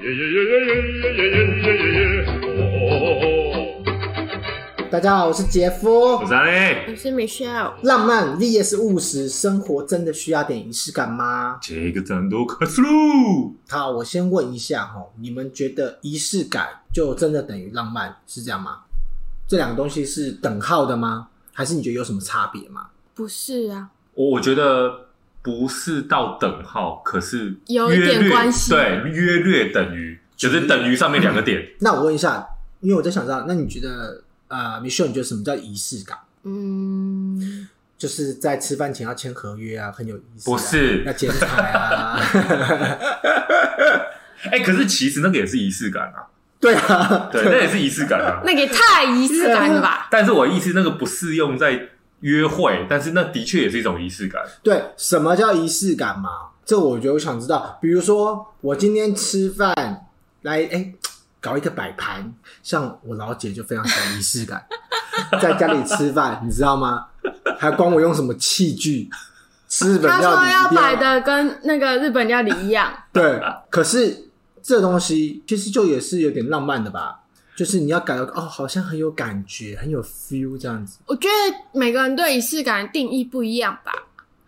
耶耶耶耶耶耶耶耶耶耶！哦，大家好，我是杰夫我。是嘞，我是 Michelle，浪漫、立业是务实，生活真的需要点仪式感吗？这个战斗快速路，好，我先问一下哈，你们觉得仪式感就真的等于浪漫是这样吗？这两个东西是等号的吗？还是你觉得有什么差别吗？不是啊，我我觉得不是到等号，可是有一点约略关系对，约略等于，就是等于上面两个点。嗯那我问一下，因为我在想知道，那你觉得呃，Michelle，你觉得什么叫仪式感？嗯，就是在吃饭前要签合约啊，很有仪式、啊。不是要剪彩啊？ 哎、可是其实那个也是仪式感啊，对啊， 对，那也是仪式感啊。那个也太仪式感了吧？但是我的意思，那个不适用在约会，但是那的确也是一种仪式感。对，什么叫仪式感嘛？这我觉得我想知道。比如说，我今天吃饭来，哎，搞一个摆盘，像我老姐就非常喜欢仪式 感，在家里吃饭，你知道吗？还管我用什么器具，吃日本 他料说理一要定摆的跟那个日本料理一样， 对，可是这东西其实就也是有点浪漫的吧。就是你要感到哦，好像很有感觉，很有 feel 这样子。我觉得每个人对仪式感的定义不一样吧。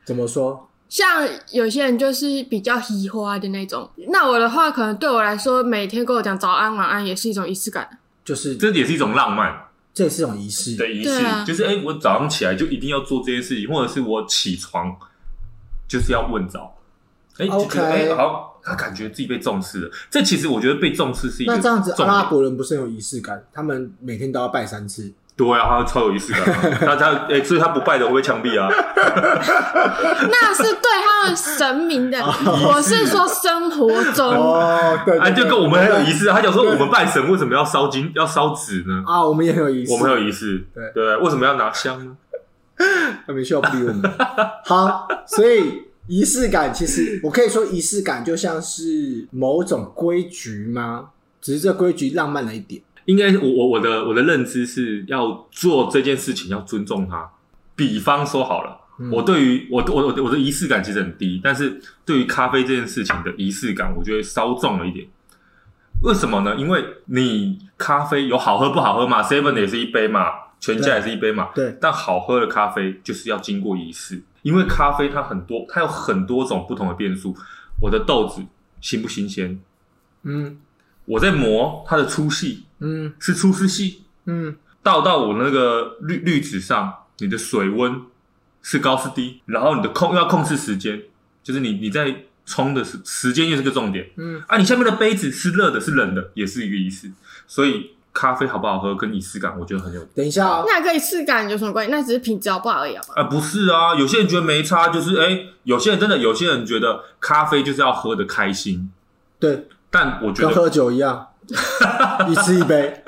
怎么说？像有些人就是比较喜花的那种，那我的话可能对我来说，每天跟我讲早安晚安也是一种仪式感。就是这这也是一种浪漫这也是一种仪式。的仪式，对啊就是哎、我早上起来就一定要做这件事情，或者是我起床就是要问早，哎、就觉得 OK 哎、好，他感觉自己被重视了。这其实我觉得被重视是一个那这样子，啊重阿拉点。伯人不是很有仪式感？他们每天都要拜三次。对啊，他超有仪式感啊、他他哎、所以他不拜的我会被枪毙啊。那是对他们神明的，我是说生活中，哦，对啊，就跟我们很有仪式式啊。他讲说我们拜神为什么要烧金要烧纸呢？啊，我们也很有仪式。我们很有仪式，对对，为什么要拿香呢？他们需要逼我们。 好，所以仪式感其实我可以说，仪式感就像是某种规矩吗？只是这规矩浪漫了一点。应该我我我的我的认知是要做这件事情要尊重它。比方说好了，嗯我对于我我我的我的仪式感其实很低，但是对于咖啡这件事情的仪式感，我觉得稍重了一点。为什么呢？因为你咖啡有好喝不好喝嘛，seven 也是一杯嘛，全家也是一杯嘛。对但好喝的咖啡就是要经过仪式，因为咖啡它很多，它有很多种不同的变数。我的豆子新不新鲜？嗯我在磨它的粗细嗯是粗是细，嗯，倒到我那个滤滤纸上，你的水温是高是低，然后你的控又要控制时间，就是你你在冲的时时间也是个重点。嗯，啊，你下面的杯子是热的，是冷的，也是一个仪式。所以咖啡好不好喝跟仪式感，我觉得很有。等一下哦，那跟仪式感有什么关系？那只是品质好不好而已好不好啊，不是啊，有些人觉得没差，就是哎、有些人真的，有些人觉得咖啡就是要喝的开心，对，但我觉跟得喝酒一 样，一次一 杯，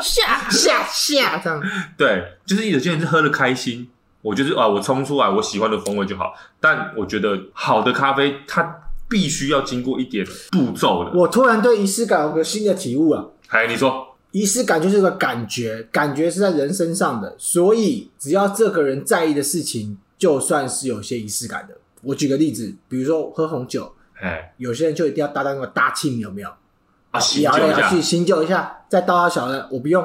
下下下啊，这样对，就是有些人是喝的开心，我就是啊，我冲出来我喜欢的风味就好。但我觉得好的咖啡，它必须要经过一点步骤的。我突然对仪式感有个新的体悟啊。哎，你说仪式感就是个感觉，感觉是在人身上的，所以只要这个人在意的事情，就算是有些仪式感的。我举个例子，比如说喝红酒，哎有些人就一定要搭到那个大庆，有没有？啊，醒摇来酒一摇下去，，醒酒一下，再倒到小的，我不用，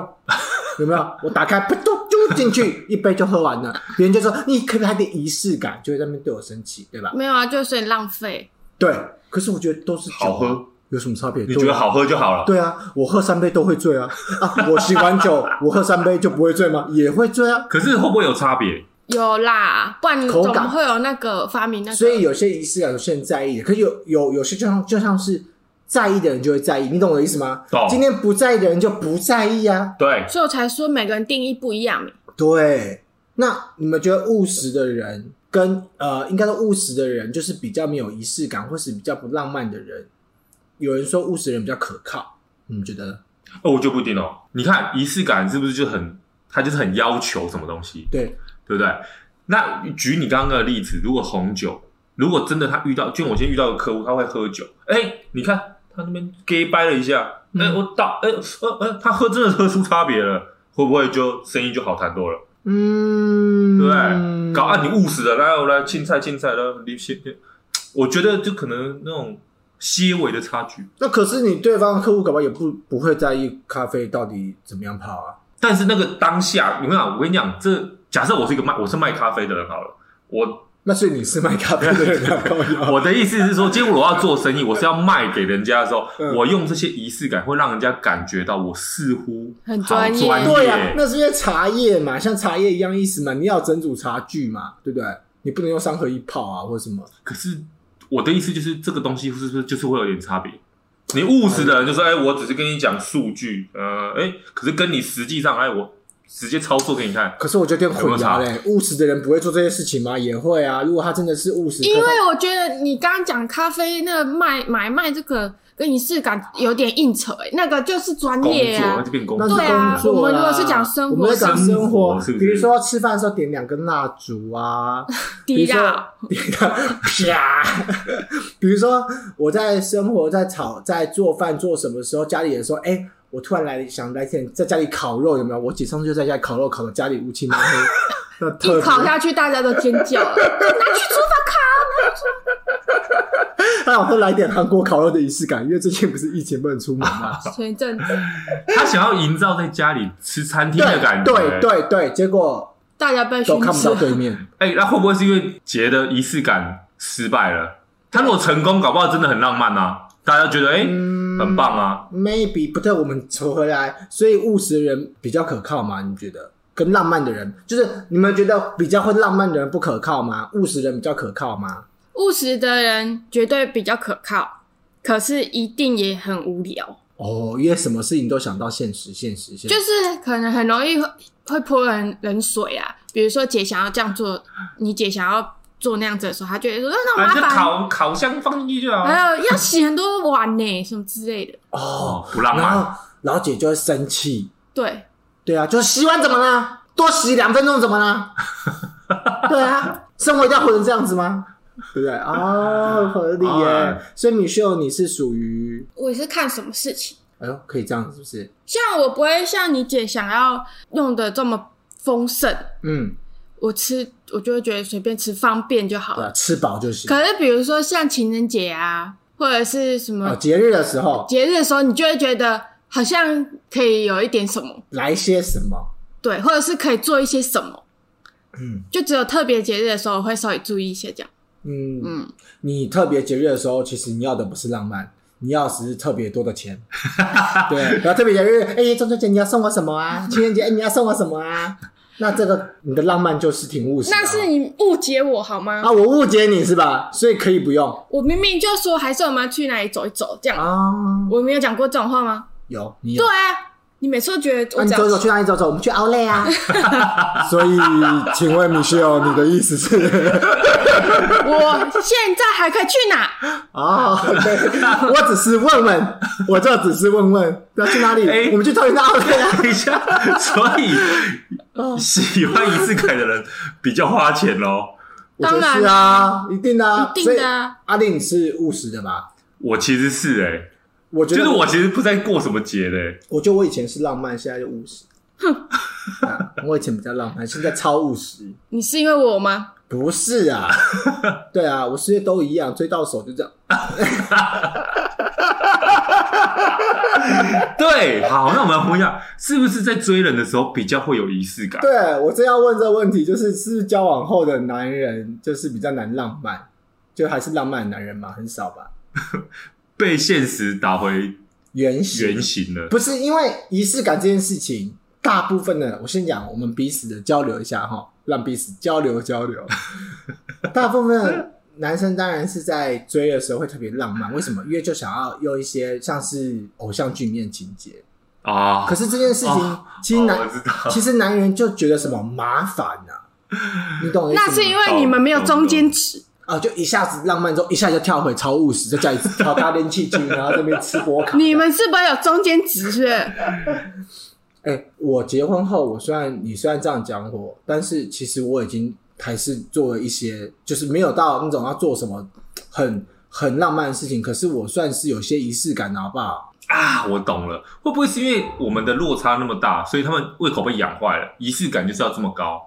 有没有？我打开，噗咚就进去，一杯就喝完了。别人就说你可不可以来点仪式感，就会在那边对我生气，对吧？嗯没有啊，就是很浪费。对，可是我觉得都是酒啊好喝，有什么差别？你觉对得啊好喝就好了。对啊，我喝三杯都会醉啊！啊，我喜欢 酒，我喝三杯就不会醉吗？也会醉啊！可是会不会有差别？有啦，不然你口怎么感会有那个发明那个？所以有些仪式感有些人在意的，可是有有有些就像就像是在意的人就会在意，你懂我的意思吗？懂今天不在意的人就不在意啊。对，所以我才说每个人定义不一样。对，那你们觉得务实的人跟呃，应该说务实的人就是比较没有仪式感，或是比较不浪漫的人。有人说务实的人比较可靠，你们觉得呢？哦，我就不一定哦。你看仪式感是不是就很，它就是很要求什么东西？对，对不对？那举你刚刚的例子，如果红酒，如果真的他遇到，就我今天遇到个客户，他会喝酒，哎，你看他那边 gay 掰了一下，哎、嗯我倒，哎，呃呃，他喝真的喝出差别了，会不会就生意就好谈多了，嗯，对不对？搞啊，你务实了，来我来青菜青菜，然后你先，我觉得就可能那种些微的差距。那可是你对方的客户搞不好也不不会在意咖啡到底怎么样泡啊。但是那个当下，你们啊，我跟你讲，这假设我是一个卖我是卖咖啡的人好了，我那所以你是卖咖啡的人啊， 跟我 一样我的意思是说，今天我要做生意，我是要卖给人家的时候，嗯我用这些仪式感会让人家感觉到我似乎很好专业专对啊，那是因为茶叶嘛，像茶叶一样意思嘛，你要整组茶具嘛，对不对？你不能用三合一泡啊，或者什么。可是我的意思就是，这个东西是不是就是会有点差别？你务实的人就说：“哎、我只是跟你讲数据，呃，哎、可是跟你实际上，哎、我直接操作给你看。可是我觉得有点混淆啊嘞、务实的人不会做这些事情吗？也会啊。如果他真的是务实，因可为我觉得你刚刚讲咖啡那个卖买卖这个跟仪式感有点硬扯、欸，那个就是专工业作，那啊就。变工他那作。对是啊工作我们如果是讲生活我们在讲生生活是不比是如说吃饭的时候点两根蜡烛啊，比滴如说答，点啪， 比如说我在生活在炒在做饭做什么时候，家里人说，哎、我突然来想来点在家里烤肉有没有？我姐上次就在家里烤肉，烤的家里乌漆嘛黑，那特一别烤下去大家都尖叫 了，拿去厨房烤。他想说来点韩国烤肉的仪式感，因为最近不是疫情不能出门嘛。前一阵子他想要营造在家里吃餐厅的感对对觉。对对，结果大家被都熏看不到死，对 面。哎、那会不会是因为杰的仪式感失败了？他如果成功，搞不好真的很浪漫啊！大家觉得哎、嗯很棒啊！ Maybe 不对，我们扯回来，所以务实的人比较可靠吗？你觉得？跟浪漫的人，就是你们觉得比较会浪漫的人不可靠吗？务实人比较可靠吗？务实的人绝对比较可靠，可是一定也很无聊，哦，因为什么事情都想到现实，现实，现实。就是可能很容易会会泼人冷水啊。比如说姐想要这样做，你姐想要做那样子的时候，她就会说那啊，麻就烦，烤烤箱放进去就好。啊嗯还有要洗很多碗呢、什么之类的。哦，哦，不浪然漫。后老姐就会生气，对，对啊，就是洗碗怎么啦？多洗两分钟怎么啦？对啊，生活一定要活成这样子吗？对不对？哦，合理耶哎。所以米秀，你是属于，我也是看什么事情，哎呦，可以这样是不是？像我不会像你姐想要用的这么丰盛，嗯，我吃我就会觉得随便吃方便就好对啊，了。吃饱就行。可是比如说像情人节啊，或者是什哦，么节日的时候节日的时候，你就会觉得好像可以有一点什么，来些什么？对，或者是可以做一些什么。嗯就只有特别节日的时候，我会稍微注意一些这样。嗯，嗯，你特别节日的时候，其实你要的不是浪漫，你要的只是特别多的钱。 对，然后特别节日，哎、中秋节你要送我什么啊？情人节，哎、你要送我什么啊？那这个你的浪漫就是挺务实的哦、那是你误解我好吗？啊，我误解你是吧？所以可以不用我明明就说还是我们要去哪里走一走这样，啊。我没有讲过这种话吗？有你有对，啊，你每次都觉得那我你讲走走去哪里走走？我们去奥莱 啊。所以，请问米秀，你的意思是？ 我现在还可以去哪？哦，对，我只是问问，我就只是问问要去哪 里？哎我们去桃园的奥莱啊。等一下， 所以哦喜欢仪式感的人比较花钱哦。我觉当得然是啊，一定的啊，一定的所啊以阿令你是务实的吧？我其实是哎、我觉就得是我其实不在过什么节的、欸，我觉得我以前是浪漫，现在就务实。啊 我以前比较浪漫，现在超务实。你是因为我吗？不是 啊，对啊，我世界都一样，追到手就这样。对，好，那我们回想，是不是在追人的时候比较会有仪式感？对我正要问这个问题，就是是不是交往后的男人就是比较难浪漫，就还是浪漫的男人嘛，很少吧？被现实打回原型原形了。不是因为仪式感这件事情，大部分的我先讲，我们彼此的交流一下嗯哈，让彼此交流交 流。大部分的男生当然是在追的时候会特别浪漫，为什么？因为就想要用一些像是偶像剧里面的情节。啊，可是啊这件事情哦，其实男、哦我知道其实男人就觉得什么麻烦 啊，你懂我意思吗？那是因为你们没哦有中间值。啊，就一下子浪漫之后，一下就跳回超务实，在家里炒咖喱气球，然后这边吃波卡。你们是不是有中间值是不啊是？哎、我结婚后，我虽然你虽然这样讲我，但是其实我已经还是做了一些，就是没有到那种要做什么很很浪漫的事情，可是我算是有些仪式感的，好不好？啊，我懂了，会不会是因为我们的落差那么大，所以他们胃口被养坏了？仪式感就是要这么高，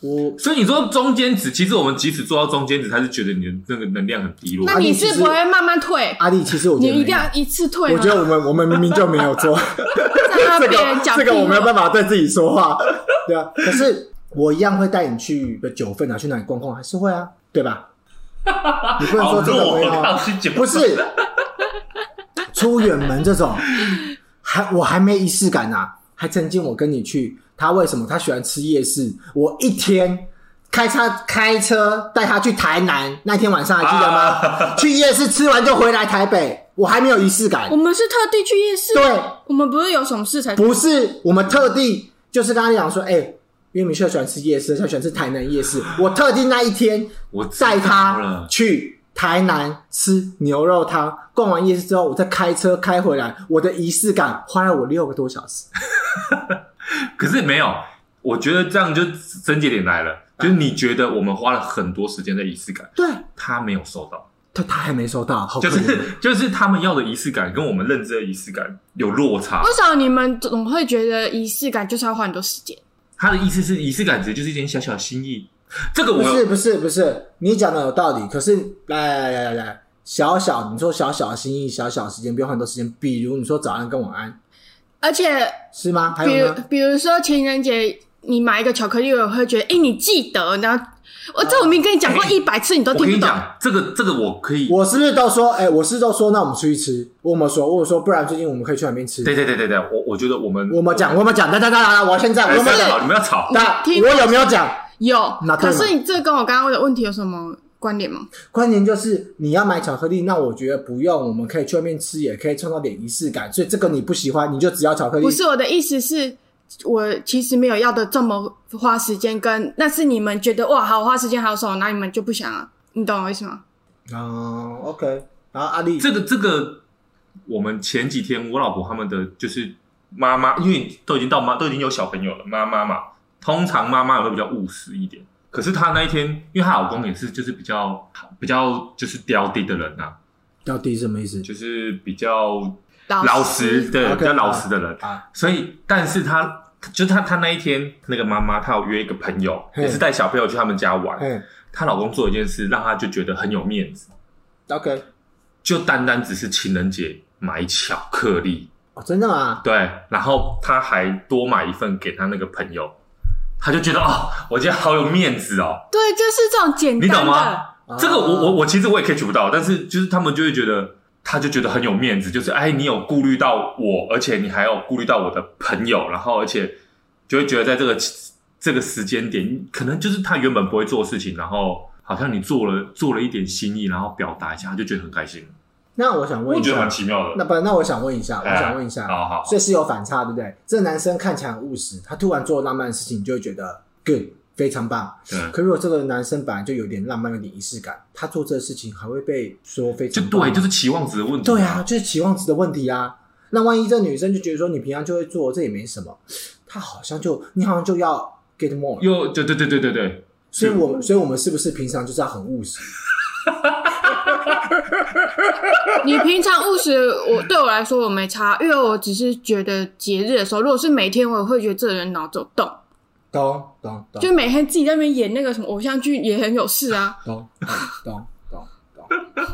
我所以你说中间值，其实我们即使做到中间值，还是觉得你的那个能量很低落啊那。你是不会慢慢退？阿弟，其啊实我觉你得一定没有要一次退我吗？觉得我们我们明明就没有 做在那这个边讲这个，我没有屁话办法对自己说话， 对 啊。可是我一样会带你去个九份啊，去哪里逛逛，还是会啊，对 吧？你不能好说这个弱，没有我啊靠，去讲不是出远门这种，还我还没仪式感呐、还曾经我跟你去，他为什么他喜欢吃夜市？我一天开车开车带他去台南，那天晚上还记得吗？啊去夜市吃完就回来台北，我还没有仪式感我。们是特地去夜市，啊对，我们不是有什么事才不是我们特地就是跟他讲说，哎、因为米秀喜欢吃夜市，他喜欢吃台南夜市，我特地那一天啊我载知道他了去台南吃牛肉汤，逛完夜市之后，我再开车开回来，我的仪式感花了我六个多小时。可是没有，我觉得这样就症结点来啊了，就是你觉得我们花了很多时间在仪式感，对，他没有收到，他他还没收到，好可就怜。是就是他们要的仪式感跟我们认知的仪式感有落差。哦为什么你们总会觉得仪式感就是要花很多时间？他的意思是仪式感其实就是一点小小的心意，这个我不是有不是不是，你讲的有道理，可是来来来来来，小小你说小小的心意，小小的时间，不用很多时间，比如你说早安跟晚安，而且，是吗？还比有如呢？比如说情人节，你买一个巧克力，我会觉得，哎、你记得，然后我这我明明跟你讲过一百次，你都哦我跟听你不懂。讲，这个这个我可以，我是不是都说，哎、我是都说，那我们出去吃。我有没有说？我有说，不然最近我们可以去哪边吃？对对对对对，我我觉得我们我们讲，我们讲，哒哒哒哒，我现在哎我不们要吵，你们要吵，那听我我有没有讲？有那，对可嘛是你这跟我刚刚问的问题有什么关联吗？关键就是你要买巧克力，那我觉得不用，我们可以去外面吃，也可以创造点仪式感。所以这个你不喜欢，你就只要巧克力。不是我的意思是，我其实没有要的这么花时间，跟那是你们觉得哇好花时间好爽，那你们就不想啊，你懂我意思吗？哦，OK。然后阿丽，这个这个，我们前几天我老婆他们的就是妈妈，因为都已经到妈都已经有小朋友了，妈妈嘛，通常妈妈也会比较务实一点。可是她那一天，因为她老公也是就是比较比较就是刁滴的人啊，到底什么意思？就是比较老老实，对， OK，比较老实的人。啊，所以，但是她就是她她那一天那个妈妈，她有约一个朋友，嘿也是带小朋友去他们家玩。嗯她老公做一件事，让她就觉得很有面子， ，OK。就单单只是情人节买巧克力。哦，真的吗？对，然后他还多买一份给他那个朋友，他就觉得哦，我觉得好有面子哦，对，就是这种简单你的。懂吗？啊这个我我我其实我也 catch 不到，但是就是他们就会觉得，他就觉得很有面子，就是哎，你有顾虑到我，而且你还有顾虑到我的朋友，然后而且就会觉得在这个这个时间点，可能就是他原本不会做的事情，然后好像你做了做了一点心意，然后表达一下，他就觉得很开心，那我想问我一觉得下蛮，奇妙的。那不，那我想问一下，我哎想问一下，好好，所以是有反差，对不对？这男生看起来很务实，他突然做浪漫的事情，你就会觉得 good，非常棒。对。可如果这个男生本来就有点浪漫，有点仪式感，他做这事情还会被说非就常棒对，就是期望值的问题。对啊，就是期望值的问题啊。那万一这女生就觉得说你平常就会做，这也没什么，她好像就你好像就要 get more，又对对对对对对，所以我们所以我们是不是平常就是要很务实？你平常务实，我对我来说我没差，因为我只是觉得节日的时候，如果是每天，我会觉得这人脑子有洞，懂懂懂就每天自己在那边演那个什么偶像剧也很有事啊。懂懂懂懂懂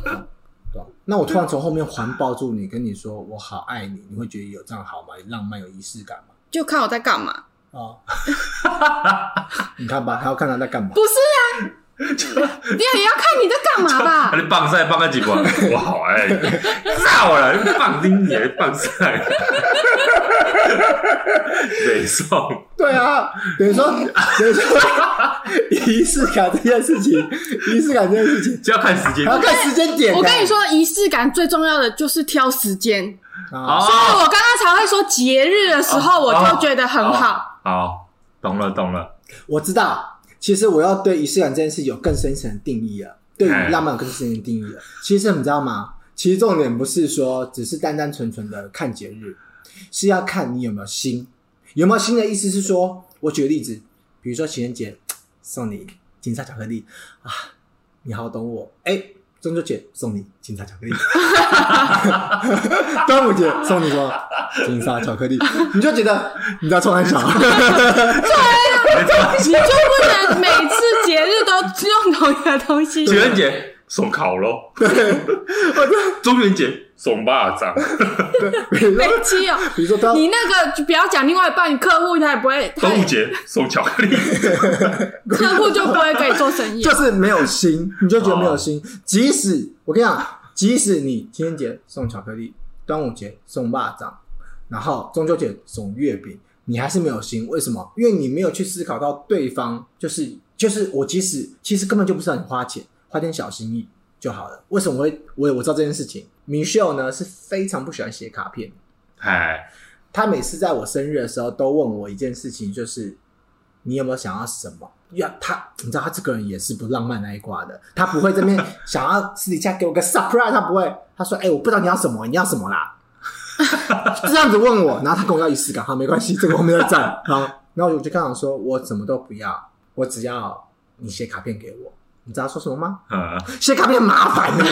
懂。那我突然从后面环抱住你，跟你说我好爱你，你会觉得有这样好吗？浪漫有仪式感吗？就看我在干嘛，哦，你看吧，还要看他在干嘛不？是啊？你也要看你在干嘛还 吧？是棒赛棒个几波，我好哎，炸我了，棒丁爷棒 赛，北宋对啊，等于说等于说仪式感这件事情，仪式感这件事情。就要看时间还要看时间点、啊我跟你，说，仪式感最重要的就是挑时间，啊，所以哦，我刚刚才会说节日的时候，我就觉得很好。好，懂了懂了，我知道，其实我要对仪式感这件事有更深层的定义了，对于哎浪漫有更深层的定义了。其实你知道吗？其实重点不是说只是单单纯纯的看节日，是要看你有没有心，有没有心的意思是说，我举个例子，比如说情人节送你金沙巧克力啊，你好懂我，哎、中秋节送你金沙巧克力， 端午节送你什么金沙巧克力，你就觉得你在冲他笑。对啊，你就不能每次节日都用同一个东 西？情人节送 烤肉，中元节送蚂蚱， 比如北说，七哦，比如说端你那个就不要讲另外一半，你客户他也不会，他端午节送巧克力，客户就不会跟你做生意 就。是没有心，你就觉得没有心。即使我跟你讲，即使你情人节送巧克力，端午节送蚂蚱，然后中秋节送月饼，你还是没有心。为什么？因为你没有去思考到对方，就是就是我，即使其实根本就不是很花钱，花点小心意就好了。为什么我会我我知道这件事情？Michelle 呢是非常不喜欢写卡片的，哎，他每次在我生日的时候都问我一件事情，就是你有没有想要什么？呀，他你知道他这个人也是不浪漫那一挂的，他不会这边想要私底下给我个 surprise，他不会。他说：“哎、我不知道你要什么，你要什么啦？”这样子问我，然后他跟我要仪式感，好，没关系，这个我没有占。好，然后我就跟他说：“我什么都不要，我只要你写卡片给我。”你知道他说什么吗？嗯，写卡片麻烦呢、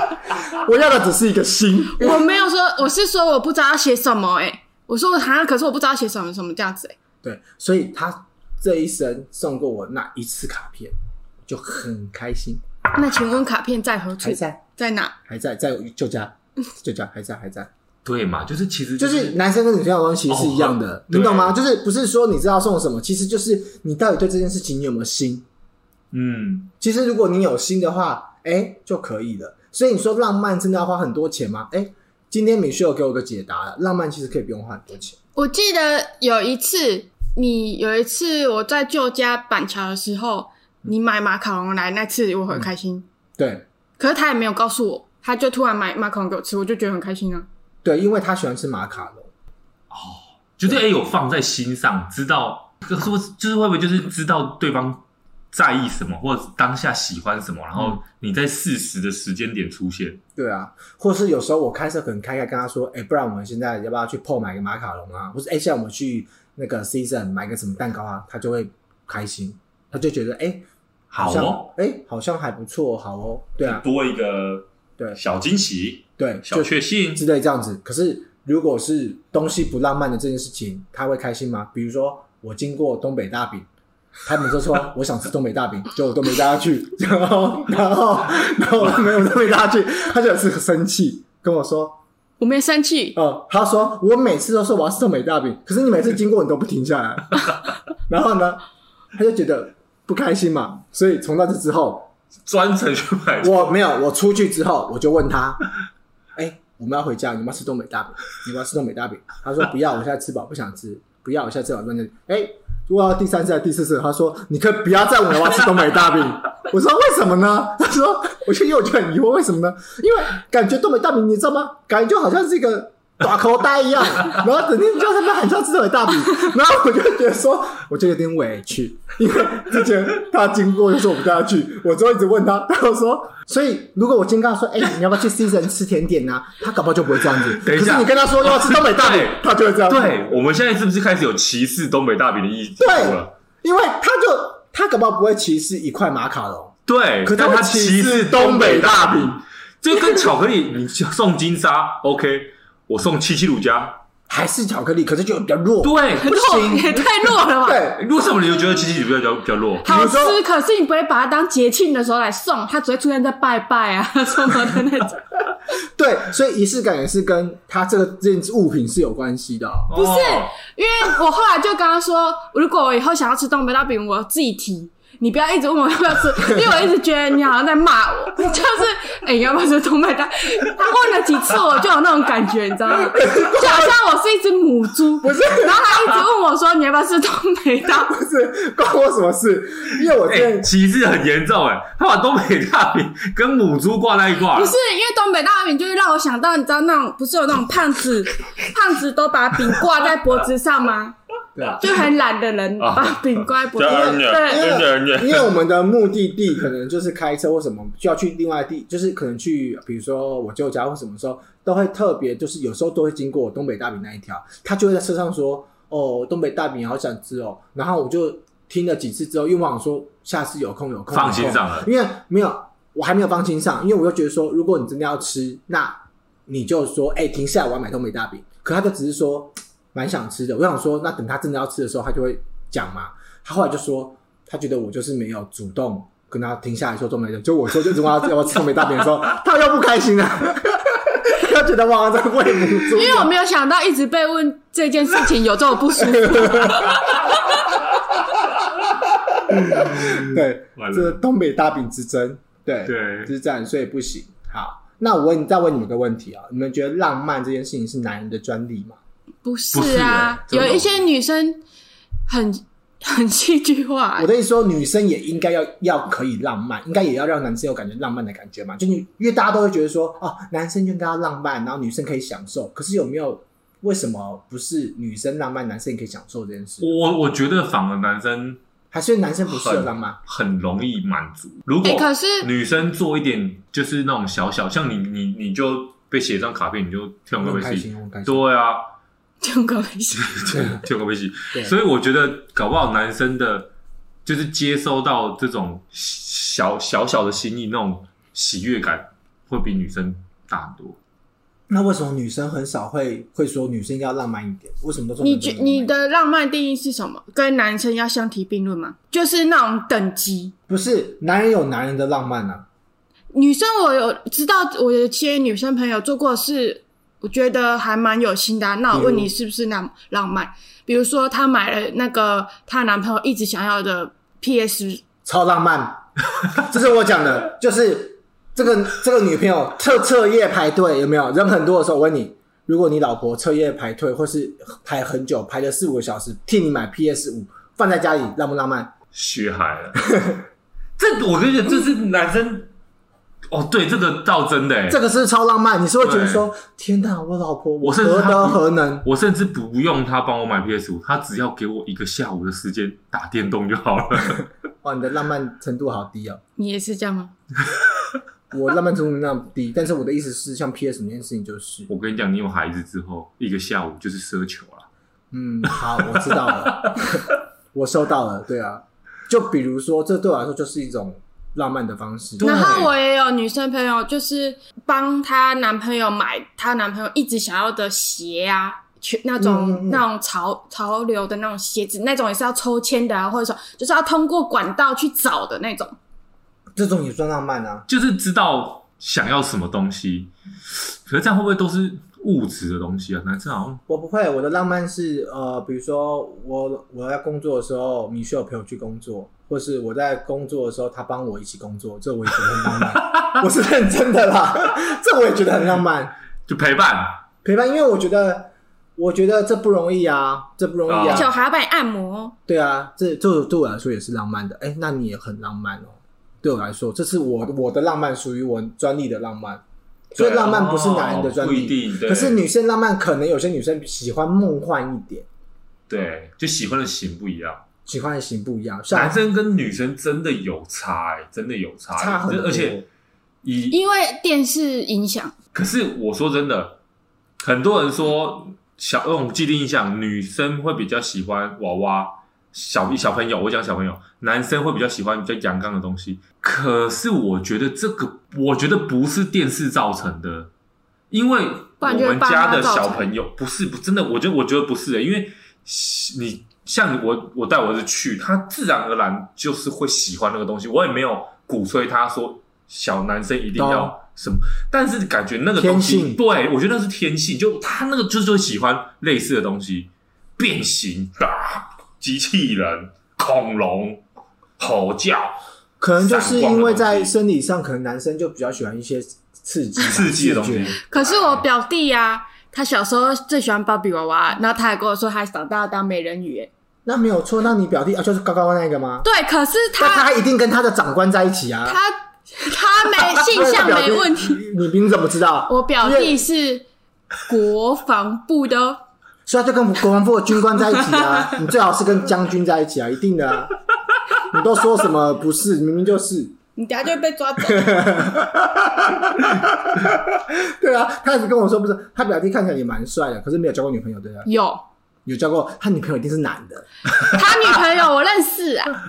我要的只是一个心。我没有说，我是说我不知道要写什么哎、我说我好像，可是我不知道写什么什么这样子哎、对，所以他这一生送过我那一次卡片，就很开心，那请问卡片在何处还？在，在哪？还在，在旧家，旧家还在，还在，对嘛，就是其实就是男生跟女生要的东西是一样的，哦你懂吗？对就是不是说你知道送什么，其实就是你到底对这件事情你有没有心。嗯，其实如果你有心的话，哎、就可以了。所以你说浪漫真的要花很多钱吗？哎、今天米秀给我个解答了，浪漫其实可以不用花很多钱。我记得有一次，你有一次我在旧家板桥的时候，你买马卡龙来，那次我很开嗯心。对可是他也没有告诉我，他就突然买马卡龙给我吃，我就觉得很开心啊。对，因为他喜欢吃马卡龙。就是哎有放在心上，知道，可是我就是会不会就是知道对方在意什么，或者当下喜欢什么，然嗯后你在适时的时间点出现，对啊，或是有时候我开车可能开开跟他说，哎、不然我们现在要不要去 PO 买个马卡龙啊？或是哎、现在我们去那个 Season 买个什么蛋糕啊？他就会开心，他就觉得哎、好像哦，哎、好像还不错，好哦，对啊，多一个对小惊喜、对，小就确幸，之类这样子。可是如果是东西不浪漫的这件事情，他会开心吗？比如说我经过东北大饼。他们就说 我想吃东北大饼，就我都没带他去，然后然后然后我没有都没带他去，他就是生气跟我说我没生气， 哦，他说我每次都说我要吃东北大饼，可是你每次经过你都不停下来，然后呢，他就觉得不开心嘛，所以从那次之后，专程去买我没有，我出去之后我就问他，哎、我们要回家，你们要吃东北大饼，你们要吃东北大饼，他说不要，我现在吃饱不想吃，不要，我现在吃饱不想吃，哎、如果要第三次还是第四次，他说你可以不要再问我要吃东北大饼，我说为什么呢？他说我就因为我就很疑惑，为什么呢？因为感觉东北大饼你知道吗？感觉就好像是一个大口袋一样， 然后整天就在那边喊叫吃东北大饼， 然后我就觉得说，我就有点委屈，因为之前他经过就说我不带他去，我就一直问他，他就说。所以，如果我今天跟他说：“哎、你要不要去 season 吃甜点啊？”他搞不好就不会这样子。等一可下是你跟他说要吃东北大饼 对，他就会这样子。对，我们现在是不是开始有歧视东北大饼的意思对了？，因为他就他搞不好不会歧视一块马卡龙，对，可但他他们歧视视东北北大饼饼，就跟巧克力，你送金沙，OK，我送七七乳加，还是巧克力，可是就比较弱。 对，弱也太弱了吧？对，为什么你就觉得七七乳加比较比较弱？好比如吃，可是你不会把它当节庆的时候来送，它只会出现在拜拜啊什么的那种。对，所以仪式感也是跟他这个这件物品是有关系的、哦。不是因为我后来就跟他说，如果我以后想要吃东北大饼，我自己提。你不要一直问我要不要 吃，因为我一直觉得你好像在骂我，就是哎、你要不要吃东北大？他问了几次，我就有那种感觉，你知道吗？就好像我是一只母猪，不是？然后他一直问我说你要不要吃东北大？不是关我什么事？因为我哎、之前歧视很严重哎、他把东北大饼跟母猪挂在一块，不是，因为东北大饼就会让我想到，你知道那种不是有那种胖子，胖子都把饼挂在脖子上吗？对啊就很懒的人啊把饼挂在脖子当上，因然对，真的真的为因为我们的目的地可能就是开车或什么，就要去另外地，就是可能去，比如说我舅家或什么时候，都会特别，就是有时候都会经过东北大饼那一条，他就会在车上说：“哦，东北大饼好想吃哦。”然后我就听了几次之后，又忘了说下次有空有空放心有空上了因为没有，我还没有放心上，因为我又觉得说，如果你真的要吃，那你就说：“哎、停下来，我要买东北大饼。”可他就只是说蛮想吃的，我想说，那等他真的要吃的时候，他就会讲嘛，他后来就说他觉得我就是没有主动跟他停下来说中美大，就我说就只问他要不要吃中美大饼的时候，他又不开心啊， 他觉得我好像在喂母猪因。为我没有想到一直被问这件事情有这么不舒服。对完，了这是东北大饼之争，对对之战，所以不行。好，那我问，再问你们个问题啊，你们觉得浪漫这件事情是男人的专利吗？不是啊，不是欸真的有一些女生很 很戏剧化、我的意思说，女生也应该要要可以浪漫，应该也要让男生有感觉浪漫的感觉嘛。就你，因为大家都会觉得说，哦，男生就应该要浪漫，然后女生可以享受。可是有没有为什么不是女生浪漫，男生也可以享受这件事？我我觉得反而男生还是男生不适合很浪漫？很容易满足。如果欸可是女生做一点就是那种小小，像你你你就被写一张卡片，你就跳我个很微开信心，，我很开心。对啊， 就搞一下。跳个微信对。所以我觉得搞不好男生的，就是接收到这种小小小的心意，那种喜悦感会比女生大很多。 那为什么女生很少会会说女生要浪漫一点？为什么都说你男生觉浪漫一你点的浪漫定义是什么？跟男生要相提并论吗？就是那种等级。不是男人有男人的浪漫啊？女生我有知道，我有些女生朋友做过的事，我觉得还蛮有心的啊、那我问比如你是不是那么浪漫？比如说，她买了那个她男朋友一直想要的 PS，超浪漫，这是我讲的，就是这个这个女朋友彻彻夜排队，有没有人很多的时候？我问你，如果你老婆彻夜排队，或是排很久，排了四五个小时，替你买 PS 五，放在家里浪不浪漫？血海了， 这我跟你讲，这是男生。哦，对，这个倒真的哎，这个是超浪漫，你是会觉得说，天哪，我老婆，我甚至何他德不何能？我甚至不用他帮我买 PS 五，他只要给我一个下午的时间打电动就好了。 哇，你的浪漫程度好低哦。你也是这样吗？我浪漫程度那么低，但是我的意思是，像 PS 五这件事情就是，我跟你讲，你有孩子之后，一个下午就是奢求了。嗯，好，我知道了， 我收到了，对啊，就比如说，这对我来说就是一种浪漫的方式。对然后我也有女生朋友，就是帮她男朋友买她男朋友一直想要的鞋啊，去那种、嗯嗯嗯那种潮潮流的那种鞋子，那种也是要抽签的啊，或者说就是要通过管道去找的那种。这种也算浪漫啊。就是知道想要什么东西，可是这样会不会都是物质的东西啊？男生好像我不会，我的浪漫是呃，比如说我我在工作的时候，米秀陪我去工作，或是我在工作的时候，他帮我一起工作，这我也觉得很浪漫。 我是认真的啦，这我也觉得很浪漫。就陪伴，陪伴，因为我觉得，我觉得这不容易啊，这不容易而且我啊。还要帮你按摩哦，对啊，这这对我来说也是浪漫的。哎，那你也很浪漫哦。对我来说，这是我我的浪漫，属于我专利的浪漫。所以对啊浪漫不是男人的专哦不利，一定。对可是女生浪漫，可能有些女生喜欢梦幻一点，对，就喜欢的型不一样，喜欢的型不一样。像男生跟女生真的有差、欸，真的有差、欸，差很多而且以因为电视影响。可是我说真的，很多人说小那种既定印象，女生会比较喜欢娃娃。小小朋友，我讲小朋友，男生会比较喜欢比较阳刚的东西。可是我觉得这个，我觉得不是电视造成的，因为不我然就是们爸妈家的造成小朋友不是不真的，我觉得我觉得不是的，因为你像我，我带我儿子去，他自然而然就是会喜欢那个东西，我也没有鼓吹他说小男生一定懂要什么，但是感觉那个东天西，性对我觉得那是天性，就他那个就是会喜欢类似的东西，变形、啊、机器人、恐龙、吼叫、可能就是因为在生理上，可能男生就比较喜欢一些刺激吧、刺激的东西视觉。可是我表弟呀、他小时候最喜欢芭比娃娃，然后他还跟我说，他长大要当美人鱼欸。那没有错，那你表弟啊，就是高高那个吗？对，可是那他他一定跟他的长官在一起啊。他他 没性向没问题。你你怎么知道？我表弟是国防部的哦，所以他就跟国防部的军官在一起啊。你最好是跟将军在一起啊，一定的啊。你都说什么不是？明明就是。 你等下就会被抓走。对啊，他一直跟我说不是，他表弟看起来也蛮帅的，可是没有交过女朋友，对啊， 有有交过，他女朋友一定是男的，他女朋友我认识啊，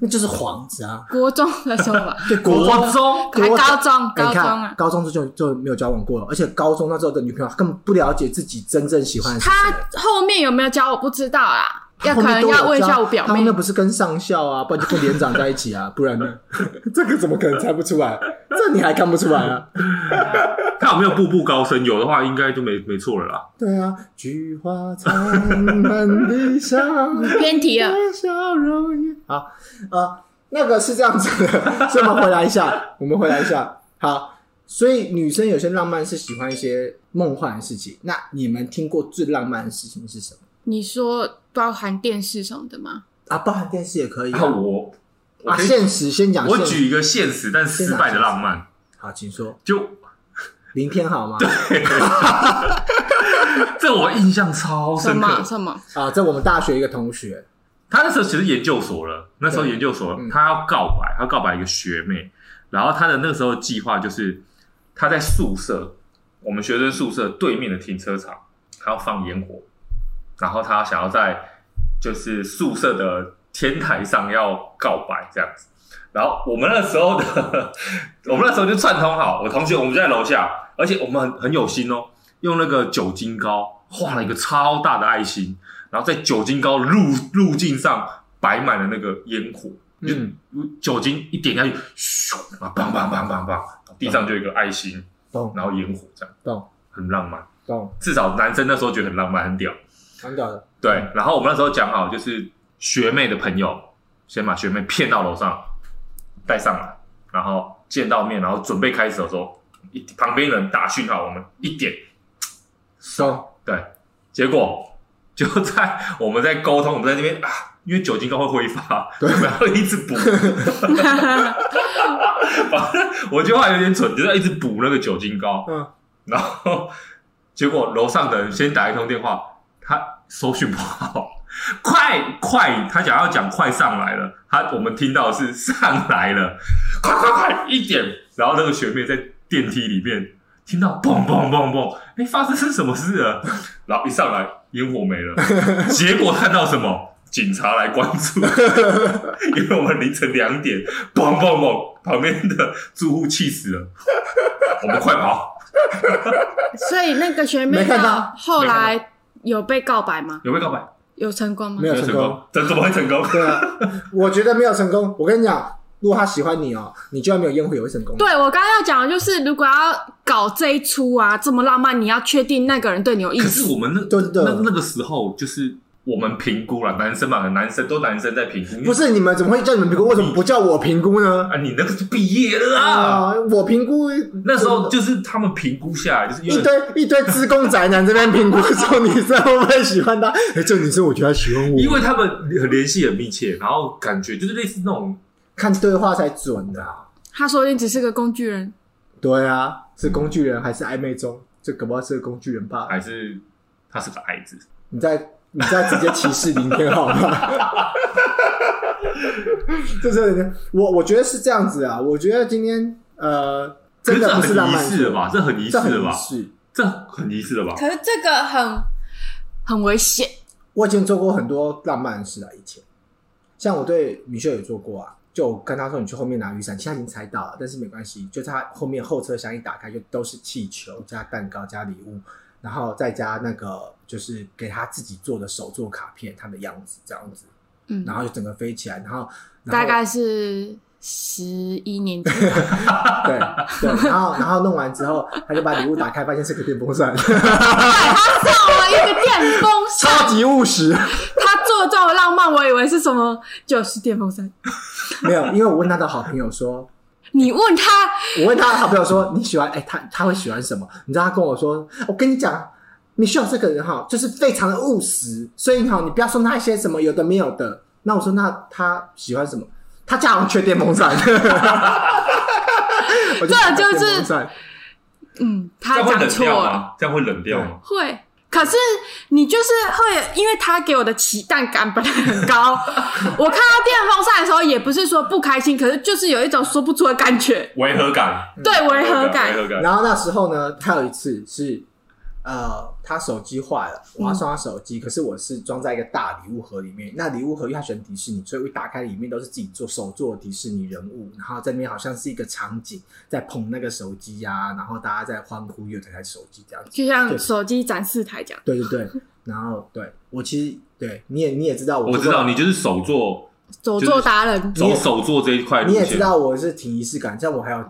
那就是幌子啊。国中的时候吧，对，国国中还国高中哎你高中看啊。高中就就没有交往过了，而且高中那时候的女朋友根本不了解自己真正喜欢的是谁他后面有没有教我不知道啊，要可能要问一下我表他妹那，不是跟上校啊，不然就跟连长在一起啊，不然呢？ 这个怎么可能猜不出来？这你还看不出来啊？看有没有步步高升，有的话应该就没没错了啦。对啊，菊花残满地伤， 偏题啊了。笑容也好呃，那个是这样子的，所以我们回来一下， 我们回来一下。好，所以女生有些浪漫是喜欢一些梦幻的事情。那你们听过最浪漫的事情是什么你说包含电视什么的吗？啊？包含电视也可以然啊。后我，我啊，可以现实先讲我现实。举一个现实但失败的浪漫，好，请说。就林天好吗？这我印象超什深么刻。哦什么？啊，在我们大学一个同学，他那时候其实研究所了，那时候对研究所嗯他要告白，他告白一个学妹，然后他的那时候计划就是他在宿舍，我们学生宿舍对面的停车场，他要放烟火，然后他想要在就是宿舍的天台上要告白这样子。然后我们那时候的， 我们那时候就串通好，我同学我们就在楼下，而且我们很很有心哦，用那个酒精膏画了一个超大的爱心，然后在酒精膏路路径上摆满了那个烟火，就嗯酒精一点下去，咻啊，棒棒棒棒棒，地上就有一个爱心，懂然后烟火这样，懂很浪漫。懂，至少男生那时候觉得很浪漫，很屌。蛮屌的。对，然后我们那时候讲好，就是学妹的朋友先把学妹骗到楼上，带上来，然后见到面，然后准备开始的时候，一旁边人打讯号，我们一点，懂对，结果就在我们在沟通，我们在那边啊，因为酒精膏会挥发， 我们要一直补， 反正我觉得话有点蠢，就是要一直补那个酒精膏，嗯，然后结果楼上的人先打一通电话，他收讯不好，快快，他想要讲快上来了，他我们听到的是上来了，快快快一点，然后那个学妹在电梯里面听到砰砰砰砰，哎，发生什么事了？然后一上来烟火没了，结果看到什么？警察来关注，因为我们凌晨两点，砰砰砰，旁边的住户气死了，我们快跑！所以那个学妹没看到到后来有被告白吗？有没有告白？有成功吗没？有成功，怎怎么会成功？对啊，我觉得没有成功。我跟你讲，如果他喜欢你哦，你就算没有烟火也会成功。对，我刚刚要讲的就是，如果要搞这一出啊，这么浪漫，你要确定那个人对你有意可思是。我们那真的那那个时候就是我们评估了，男生嘛，男生都男生在评估，不是你们怎么会叫你们评估？为什么不叫我评估呢？啊？你那个是毕业了啊！啊，我评估那时候就是他们评估下来，就是因一为堆一堆资工宅男这边评估说女生会不会喜欢他， 哎，这女生我觉得她喜欢我，因为他们联系很密切，然后感觉就是类似那种看对话才准的啊。他说你只是个工具人，对啊，是工具人还是暧昧中？这搞不好是个工具人吧？还是他是个矮子，你在你在直接歧视林天好吗？ 就是我我觉得是这样子啊，我觉得今天呃真的可不是是这浪很漫仪式了吧？这很仪式这很了吧仪？式。这很仪式了吧？可是这个很很危险。我以前做过很多浪漫的事啊，以前像我对米秀也做过啊，就我跟他说你去后面拿雨伞，其实他已经猜到了，但是没关系，就在他后面后车厢一打开就都是气球加蛋糕加礼物，然后再加那个就是给他自己做的手做卡片，他的样子这样子，嗯，然后就整个飞起来，然后然后大概是十一年级，对对，然后然后弄完之后，他就把礼物打开，发现是个电风扇， 他送了一个电风扇，超级务实。他做这种浪漫，我以为是什么，就是电风扇。 没有，因为我问他的好朋友说，你问他，我问他的好朋友说你喜欢，哎、他他会喜欢什么？你知道他跟我说，我跟你讲，米秀这个人哈，就是非常的务实，所以哈，你不要送他一些什么有的没有的。那我说，那他喜欢什么？他家好像缺电风扇。 我这打开啊就是电风扇嗯，这他样会讲冷错掉了。吗？这样会冷掉吗？会，可是你就是会，因为他给我的期待感本来很高，我看到电风扇的时候，也不是说不开心，可是就是有一种说不出的感觉，违和感，对违和感违。和感。然后那时候呢，他有一次是，呃，他手机坏了，我要送他手机，可是我是装在一个大礼物盒里面。那礼物盒因为他喜欢迪士尼，所以我一打开里面都是自己做手做的迪士尼人物，然后在里面好像是一个场景，在捧那个手啊机呀、然后大家在欢呼有这台手机这样子。就像手机展示台这样，对对对，然后对我其实对你也你也知道我，我知道你就是手做，手作达人，走手做这一块路你也线。知道我是挺仪式感，像我还有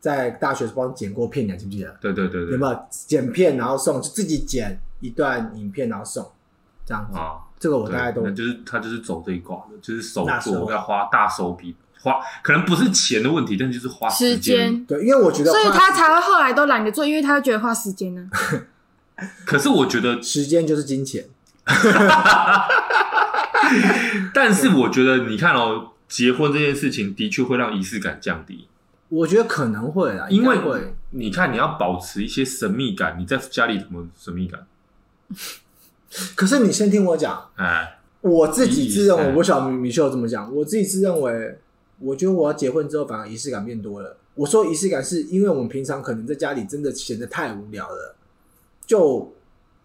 在大学帮剪过片，你还记不记得？对对对有对，没有剪片然后送，就自己剪一段影片然后送，这样子。啊，这个我对大概都那就是他就是走这一挂的，就是手那时候做要花大手笔，花可能不是钱的问题，但就是花时间。间，对，因为我觉得所以花他才会后来都懒得做，因为他会觉得花时间呢。可是我觉得，时间就是金钱，但是我觉得你看哦，结婚这件事情的确会让仪式感降低，我觉得可能会啦，因为应该会你看你要保持一些神秘感，你在家里怎么神秘感？可是你先听我讲，哎，我自己自认为，嗯我小米米秀这么讲，我自己自认为，我觉得我要结婚之后，反而仪式感变多了。我说仪式感，是因为我们平常可能在家里真的闲得太无聊了，就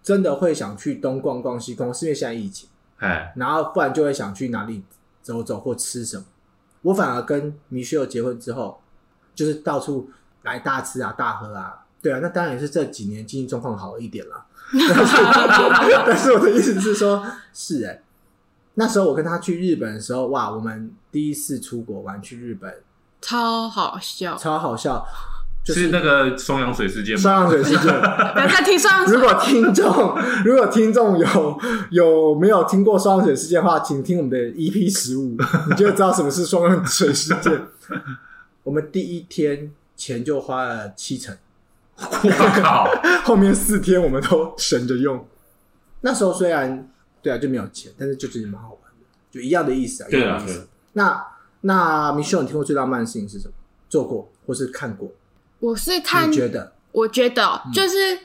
真的会想去东逛逛西逛，是因为现在疫情，哎，然后不然就会想去哪里走走或吃什么。我反而跟米秀结婚之后，就是到处来大吃啊、大喝啊。对啊，那当然也是这几年经济状况好一点啦。但是我的意思是说，是哎、欸那时候我跟他去日本的时候，哇，我们第一次出国玩去日本，超好笑！超好笑，就是是那个双氧水事件吗？双氧水事件。不要再提 上如果听众如果听众有有没有听过双氧水事件的话，请听我们的 EP 十五，你就知道什么是双氧水事件。 我们第一天钱就花了七成，我靠！后面四天我们都省着用。那时候虽然对啊就没有钱，但是就觉得蛮好玩的，就一样的意思啊。对啊一样的意对思。那那米秀，你听过最浪漫的事情是什么？做过或是看过？我是看你，觉得？我觉得嗯哦就是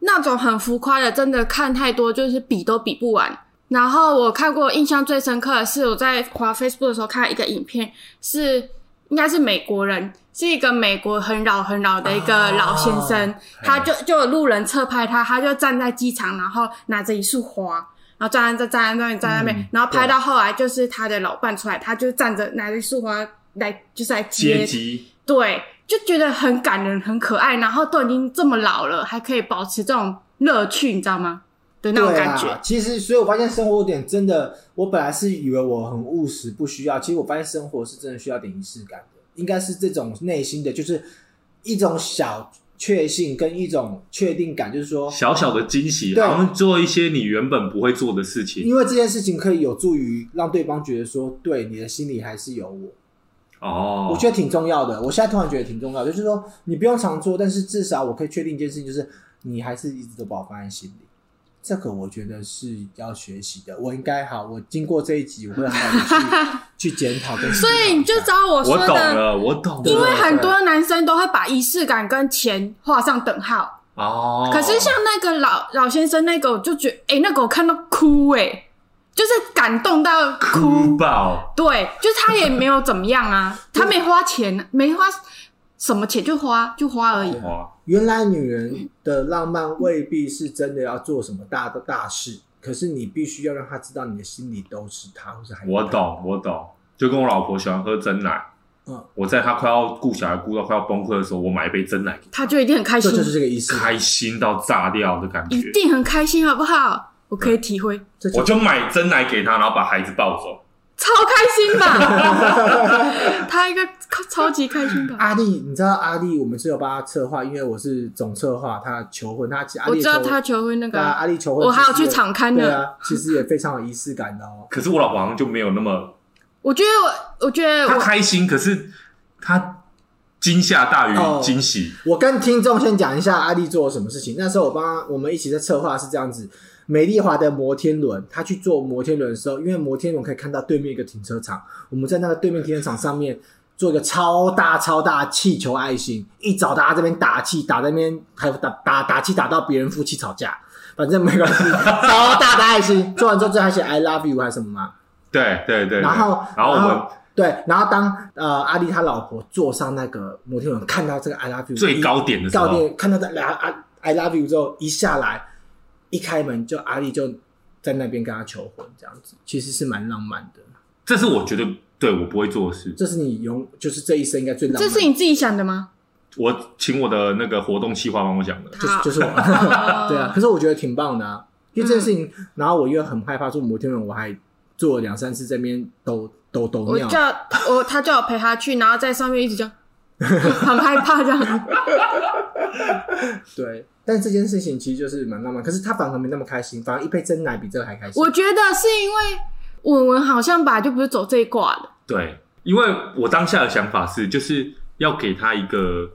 那种很浮夸的，真的看太多，就是比都比不完。然后我看过印象最深刻的是我在滑 Facebook 的时候看一个影片，是应该是美国人，是一个美国很老很老的一个老先生，哦他就就有路人侧拍他，他就站在机场，然后拿着一束花。然后站在站在那里站在那边，嗯然后拍到后来就是他的老伴出来，他就站着拿着一束花来，就是来接机，对，就觉得很感人、很可爱，然后都已经这么老了，还可以保持这种乐趣，你知道吗？的那种对感觉。啊、其实，所以我发现生活点真的，我本来是以为我很务实不需要，其实我发现生活是真的需要点仪式感的，应该是这种内心的，就是一种小确幸跟一种确定感，就是说，小小的惊喜，对然后做一些你原本不会做的事情。因为这件事情可以有助于让对方觉得说，对你的心里还是有我，哦，我觉得挺重要的。我现在突然觉得挺重要的，就是说你不用常做，但是至少我可以确定一件事情，就是你还是一直都把我放在心里。这个我觉得是要学习的。我应该好，我经过这一集，我会好好的 去去检讨跟思所考一下。以你就知道我哦说我懂的，了，我懂了。因为很多男生都会把仪式感跟钱画上等号。哦，可是像那个老老先生那个，我就觉得，哎、那个我看到哭、哎，就是感动到哭哭。爆，对，就是他也没有怎么样 啊，他没花钱，没花什么钱，就花就花而已。哇，原来女人的浪漫未必是真的要做什么大的大事，可是你必须要让她知道你的心里都是她，或是还有我她。懂，我懂。就跟我老婆喜欢喝真奶，嗯，我在她快要顾小孩顾到快要崩溃的时候，我买一杯真奶，他就一定很开这心，就是这个意思。开心到炸掉的感一觉。定很开心，好不好？我可以体会，这我就就买真奶给她，然后把孩子抱走。超开心吧？他应该超级开心吧？阿丽，你知道阿丽，我们是有帮她策划，因为我是总策划，她求婚，她阿我丽知的求道婚他求婚那个对啊，啊，阿丽求婚，我还有去场刊对呢。啊，其实也非常有仪式感的哦。可是我老婆好像就没有那么，我觉得我，我觉得她我开心，可是她惊吓大哦于惊喜。我跟听众先讲一下阿丽做了什么事情。那时候我帮她我们一起在策划是这样子：美丽华的摩天轮，她去坐摩天轮的时候，因为摩天轮可以看到对面一个停车场，我们在那个对面停车场上面做一个超大超大的气球爱心，一早大家这边打气，打在那边还打打打气打到别人夫妻吵架，反正没关系，超大的爱心。做完之后最后还写 I love you 还是什么吗？对对对对。然后，然后我们对，然后当呃阿丽他老婆坐上那个摩天轮，看到这个 I love you 最高点的时高候，点，看到这 I I I love you 之后，一下来一开门就阿丽就在那边跟他求婚，这样子其实是蛮浪漫的。这是我觉得对我不会做的事。这是你永就是这一生应该最浪漫这的，是你自己想的吗？我请我的那个活动企划帮我讲的，就是就是我，好对啊。，可是我觉得挺棒的、啊，因为这件事情，嗯然后我又很害怕做摩天轮，我还做了两三次这边抖抖抖我尿，叫我他叫我陪他去，然后在上面一直这样， 很害怕这样。对。但这件事情其实就是蛮浪漫，可是他反而没那么开心，反而一杯真奶比这个还开心。我觉得是因为文文好像本来就不是走这一挂的，对，因为我当下的想法是，就是要给她一个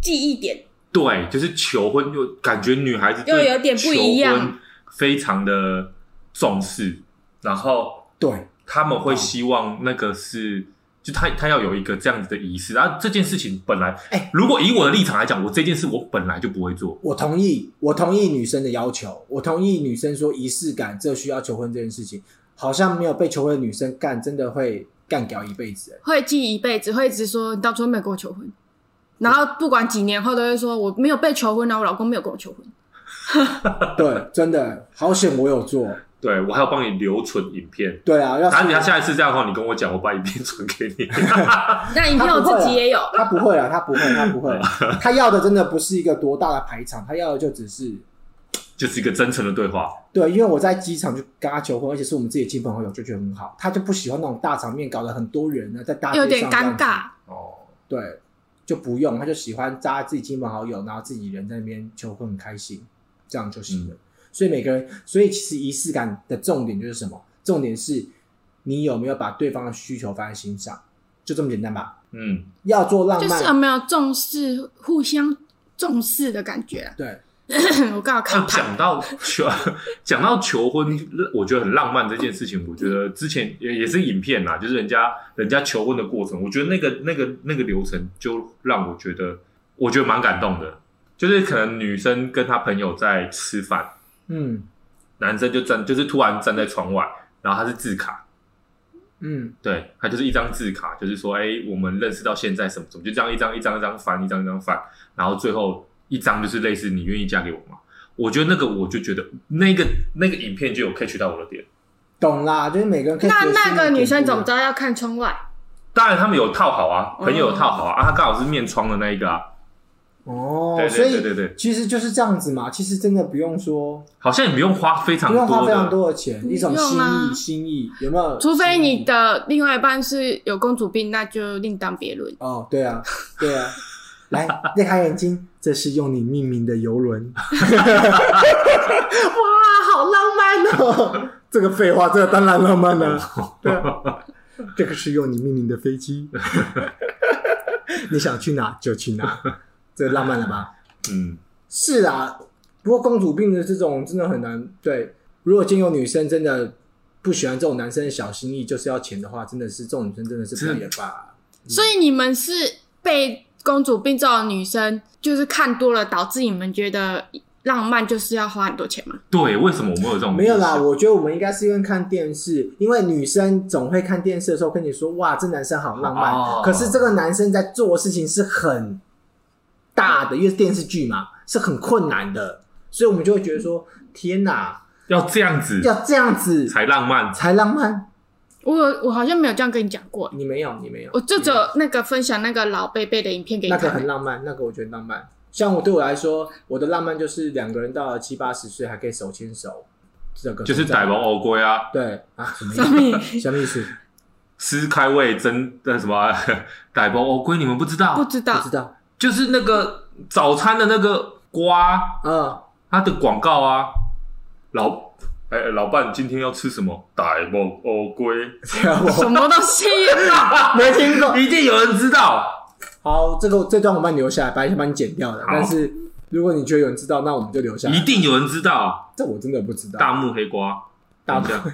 记忆点对，就是求婚，就感觉女孩子又对有点不一样求婚非常的重视，然后对，他们会希望那个是，就他他要有一个这样子的仪式。然后这件事情本来，哎如果以我的立场来讲，我这件事我本来就不会做。我同意，我同意女生的要求，我同意女生说仪式感这需要求婚这件事情，好像没有被求婚的女生干，真的会干掉一辈子。会记一辈子，会一直说你当初没有跟我求婚，然后不管几年后都会说我没有被求婚啊，我老公没有跟我求婚。 对，真的好险我有做。对我还要帮你留存影片，对啊，要然后你要是下一次这样的话，你跟我讲，我把影片传给你。 那影片我自己也有，他不会啊，他不会，他不会， 他要的真的不是一个多大的排场，他要的就只是就是一个真诚的对话。对，因为我在机场就跟他求婚，而且是我们自己的亲朋好友，就觉得很好。他就不喜欢那种大场面，搞得很多人啊呢，在大街上有点这样尴子尬。哦，对，就不用，他就喜欢扎自己亲朋好友，然后自己人在那边求婚很开心，这样就行了。所以每个人，所以其实仪式感的重点就是什么？重点是你有没有把对方的需求放在心上，就这么简单吧？嗯，要做浪就是嗯有漫，？没有重视互相重视的感觉、 啊对，我刚好看啊，他，讲到求 讲到求婚，我觉得很浪漫这件事情，我觉得之前也也是影片啦，就是人家人家求婚的过程，我觉得那个那个那个流程就让我觉得我觉得蛮感动的，就是可能女生跟她朋友在吃饭，嗯男生就站就是突然站在窗外，然后他是字卡。嗯，对，他就是一张字卡，就是说，哎、我们认识到现在什么什么，就这样一张一张一张翻，一张一张翻，然后最后一张就是类似你愿意嫁给我吗？我觉得那个我就觉得那个那个影片就有 catch 到我的点。懂啦，就是每个人可以那觉得那心里个点女生不怎么一知道要看窗外？当然他们有套好啊，哦朋友有套好啊，啊他刚好是面窗的那一个啊，样哦，对对所以对对对其实就是这样子嘛。其实真的不用说，好像也不用花非常不用花多非常的。多的钱，一种不用心啊意，心意有没有？除非心意你的另外一半是有公主病，那就另当别论。哦，对啊，对 啊。来，内开眼睛，这是用你命名的游轮。 哇，好浪漫哦！这个废话，这个当然浪漫了、 对啊，这个是用你命名的飞机，你想去哪就去哪，这浪漫了吧？嗯，是啊，不过公主病的这种真的很难。对，如果今天有女生真的不喜欢这种男生的小心意，就是要钱的话，真的是这种女生真的是不要也罢。所以你们是被公主病这种女生，就是看多了，导致你们觉得浪漫就是要花很多钱吗？对，为什么我们有这种没有啦，意识我觉得我们应该是因为看电视，因为女生总会看电视的时候跟你说：“哇，这男生好浪漫。哦可是这个男生在做的事情是很大的，因为是电视剧嘛，是很困难的，所以我们就会觉得说：“天哪，要这样子要这样子才浪漫？才浪漫我有，我好像没有这样跟你讲过！”，你没有，你没有，我就只有那个分享那个老贝贝的影片给嗯你那看个。很浪漫，那个我觉得浪漫。像我对我来说，我的浪漫就是两个人到了七八十岁还可以手牵手，这个就是逮王偶龟啊，对啊，什么上面意思？ 什么意思？撕开胃真那什么啊 逮王偶龟，你们不知道？不知不道知，道就是那个早餐的那个瓜，啊。嗯它的广告啊，老哎、老伴今天要吃什么？傣梦欧龟， 什么东西啊？没听过。一定有人知道。好，这个这段我帮你留下来，本来想帮你剪掉的，好但是如果你觉得有人知道，那我们就留下一来。定有人知道，这我真的不知道，大木黑瓜，啊大等一下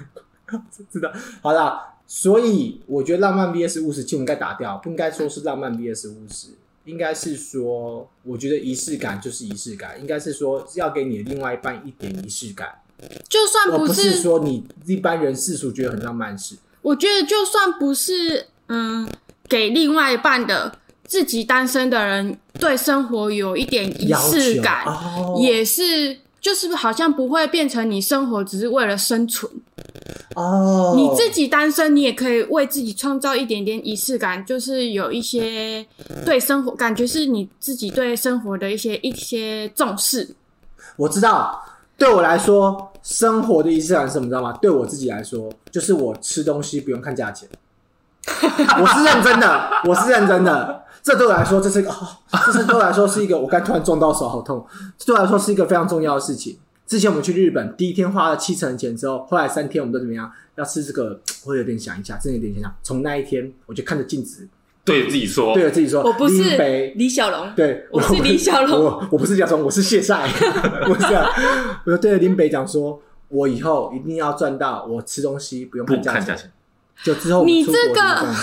知道。好啦，所以我觉得浪漫 VS 务实，其实我们该打掉，不应该说是浪漫 VS 务实，应该是说，我觉得仪式感就是仪式感，应该是说要给你另外一半一点仪式感， 就算而不是是，说你一般人世俗觉得很浪漫是。我觉得就算不是，嗯，给另外一半的，自己单身的人对生活有一点仪要式求感，哦、也是，就是好像不会变成你生活只是为了生存。哦，你自己单身，你也可以为自己创造一点点仪式感，就是有一些对生活感觉是你自己对生活的一些一些重视。我知道，对我来说，生活的仪式感是什么？你知道吗？对我自己来说，就是我吃东西不用看 价钱。我是认真的，我是认真的。这对我来说，这是一个，哦、这是对我来说是一个，我刚突然撞到手，好痛。这对我来说是一个非常重要的事情。之前我们去日本，第一天花了七成的钱之后，后来三天我们都怎么样？要吃这个，我有点想一下，真的有点想想。从那一天，我就看着镜子，对自己说，对着自己说：“我不林是北李小龙，对，我是李小龙我我不是李小龙，我是谢晒， 我是啊，我就对着林北讲说，我以后一定要赚到，我吃东西不用不价看价钱，就之后我你出国一这个定要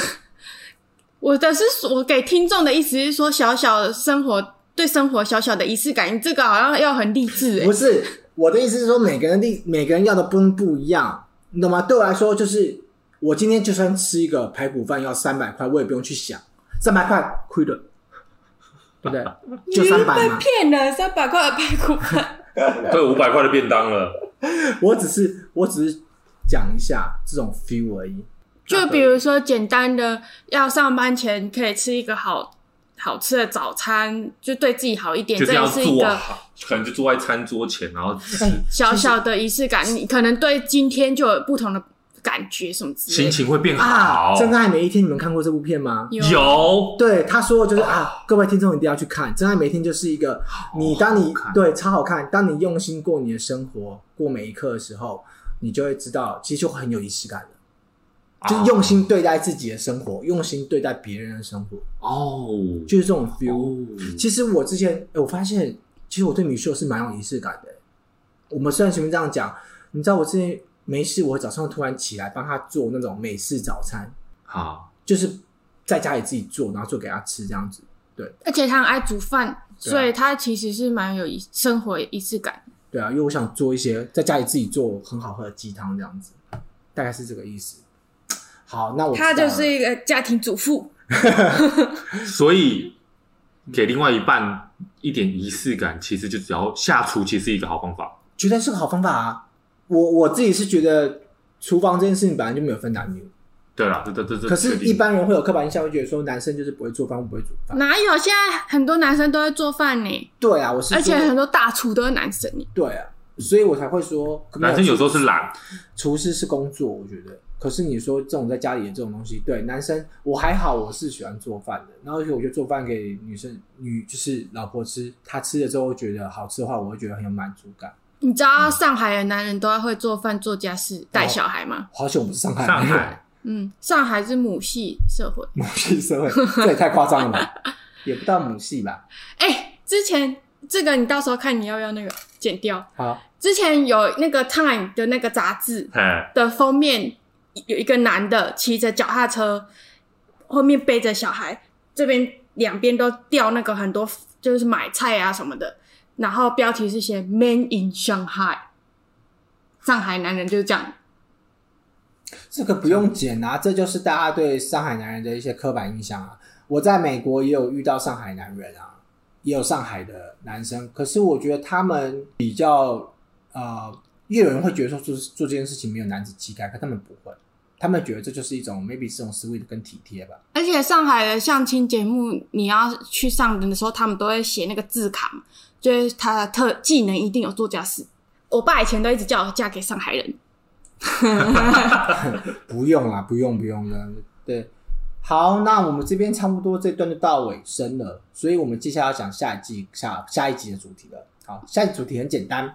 我的是说我给听众的意思是说，小小的生活对生活小小的仪式感，你这个好像要很励志哎、不是我的意思是说，每个人的每个人要的不不一样，你懂吗？对我来说，就是我今天就算吃一个排骨饭要三百块，我也不用去想三百块亏了，对不对？就三百嘛，骗了三百块的排骨饭，对五百块的便当了，我只是我只是讲一下这种 feel 而已。就比如说简单的，要上班前可以吃一个好好吃的早餐，就对自己好一点，就是这也要是一做个好，可能就坐在餐桌前，然后吃小小的仪式感。你可能对今天就有不同的感觉，什么之类心的。情会变啊，好《真爱每一天》，你们看过这部片吗？有有对，他说的就是啊，各位听众一定要去看《真爱每一天》，就是一个你当你哦好看对超好看，当你用心过你的生活，过每一刻的时候，你就会知道，其实就很有仪式感了。啊就是用心对待自己的生活，用心对待别人的生活，哦，就是这种 feel。哦其实我之前，哎我发现，其实我对米秀是蛮有仪式感的。我们虽然前面这样讲，你知道我之前没事，我早上突然起来帮他做那种美式早餐，好，就是在家里自己做，然后做给他吃这样子。而且他很爱煮饭，对啊所以他其实是蛮有仪生活仪式感。对啊，因为我想做一些在家里自己做很好喝的鸡汤这样子，大概是这个意思。好，那我知道他了就是一个家庭主妇，所以给另外一半一点仪式感，其实就只要下厨，其实是一个好方法。觉得是个好方法啊。我我自己是觉得厨房这件事情本来就没有分男女，对啦，这这这这，可是，确定一般人会有刻板印象，会觉得说男生就是不会做饭，不会煮饭。哪有？现在很多男生都会做饭呢，对啊，我是而且说很多大厨都是男生呢。对啊，所以我才会说，男生有时候是懒，厨师是工作，我觉得。可是你说这种在家里的这种东西，对男生我还好，我是喜欢做饭的。然后而且我觉得做饭给女生女就是老婆吃，她吃了之后会觉得好吃的话，我会觉得很有满足感。你知道上海的男人都会做饭、做家事、带小孩吗？好险我们是上海，上海嗯，上海是母系社会。 母系社会，这也太夸张了 吧？也不到母系吧？哎、之前这个你到时候看你要不要那个剪掉。好，之前有那个 Time 的那个杂志哎，的封面有一个男的骑着脚踏车，后面背着小孩，这边两边都掉那个很多就是买菜啊什么的，然后标题是写 “Man in Shanghai”，上海男人就是这样。这个不用剪啊，这就是大家对上海男人的一些刻板印象啊。我在美国也有遇到上海男人啊，也有上海的男生，可是我觉得他们比较呃，也有人会觉得说做做这件事情没有男子气概，可他们不会，他们觉得这就是一种 maybe 是一种 sweet 跟体贴吧。而且上海的相亲节目，你要去上的时候，他们都会写那个字卡嘛，就是他的特技能一定有做家事。我爸以前都一直叫我嫁给上海人，不用啦，不用不用的。对，好，那我们这边差不多这段就到尾声了，所以我们接下来要讲下一季下下一集的主题了。好，下一集主题很简单，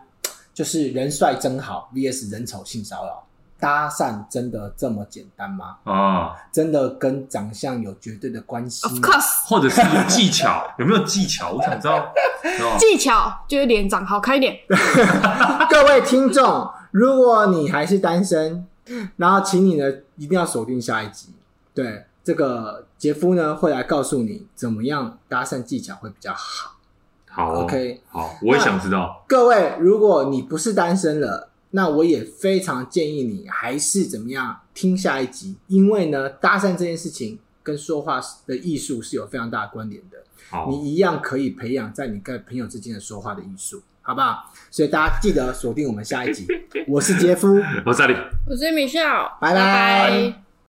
就是人帅真好 VS 人丑性骚扰。搭讪真的这么简单吗？啊，真的跟长相有绝对的关系 Of 吗？ course，或者是有技巧， 有没有技巧？我想知道，是吧技巧就是脸长好看一点。各位听众，如果你还是单身，然后请你呢一定要锁定下一集。对，这个杰夫呢会来告诉你怎么样搭讪技巧会比较好。好哦 OK 好，我也想知道，各位，如果你不是单身了，那我也非常建议你还是怎么样听下一集，因为呢，搭讪这件事情跟说话的艺术是有非常大的关联的。好，你一样可以培养在你跟朋友之间的说话的艺术，好不好？所以大家记得锁定我们下一集。我是杰夫，我这里。我是米笑，拜拜拜拜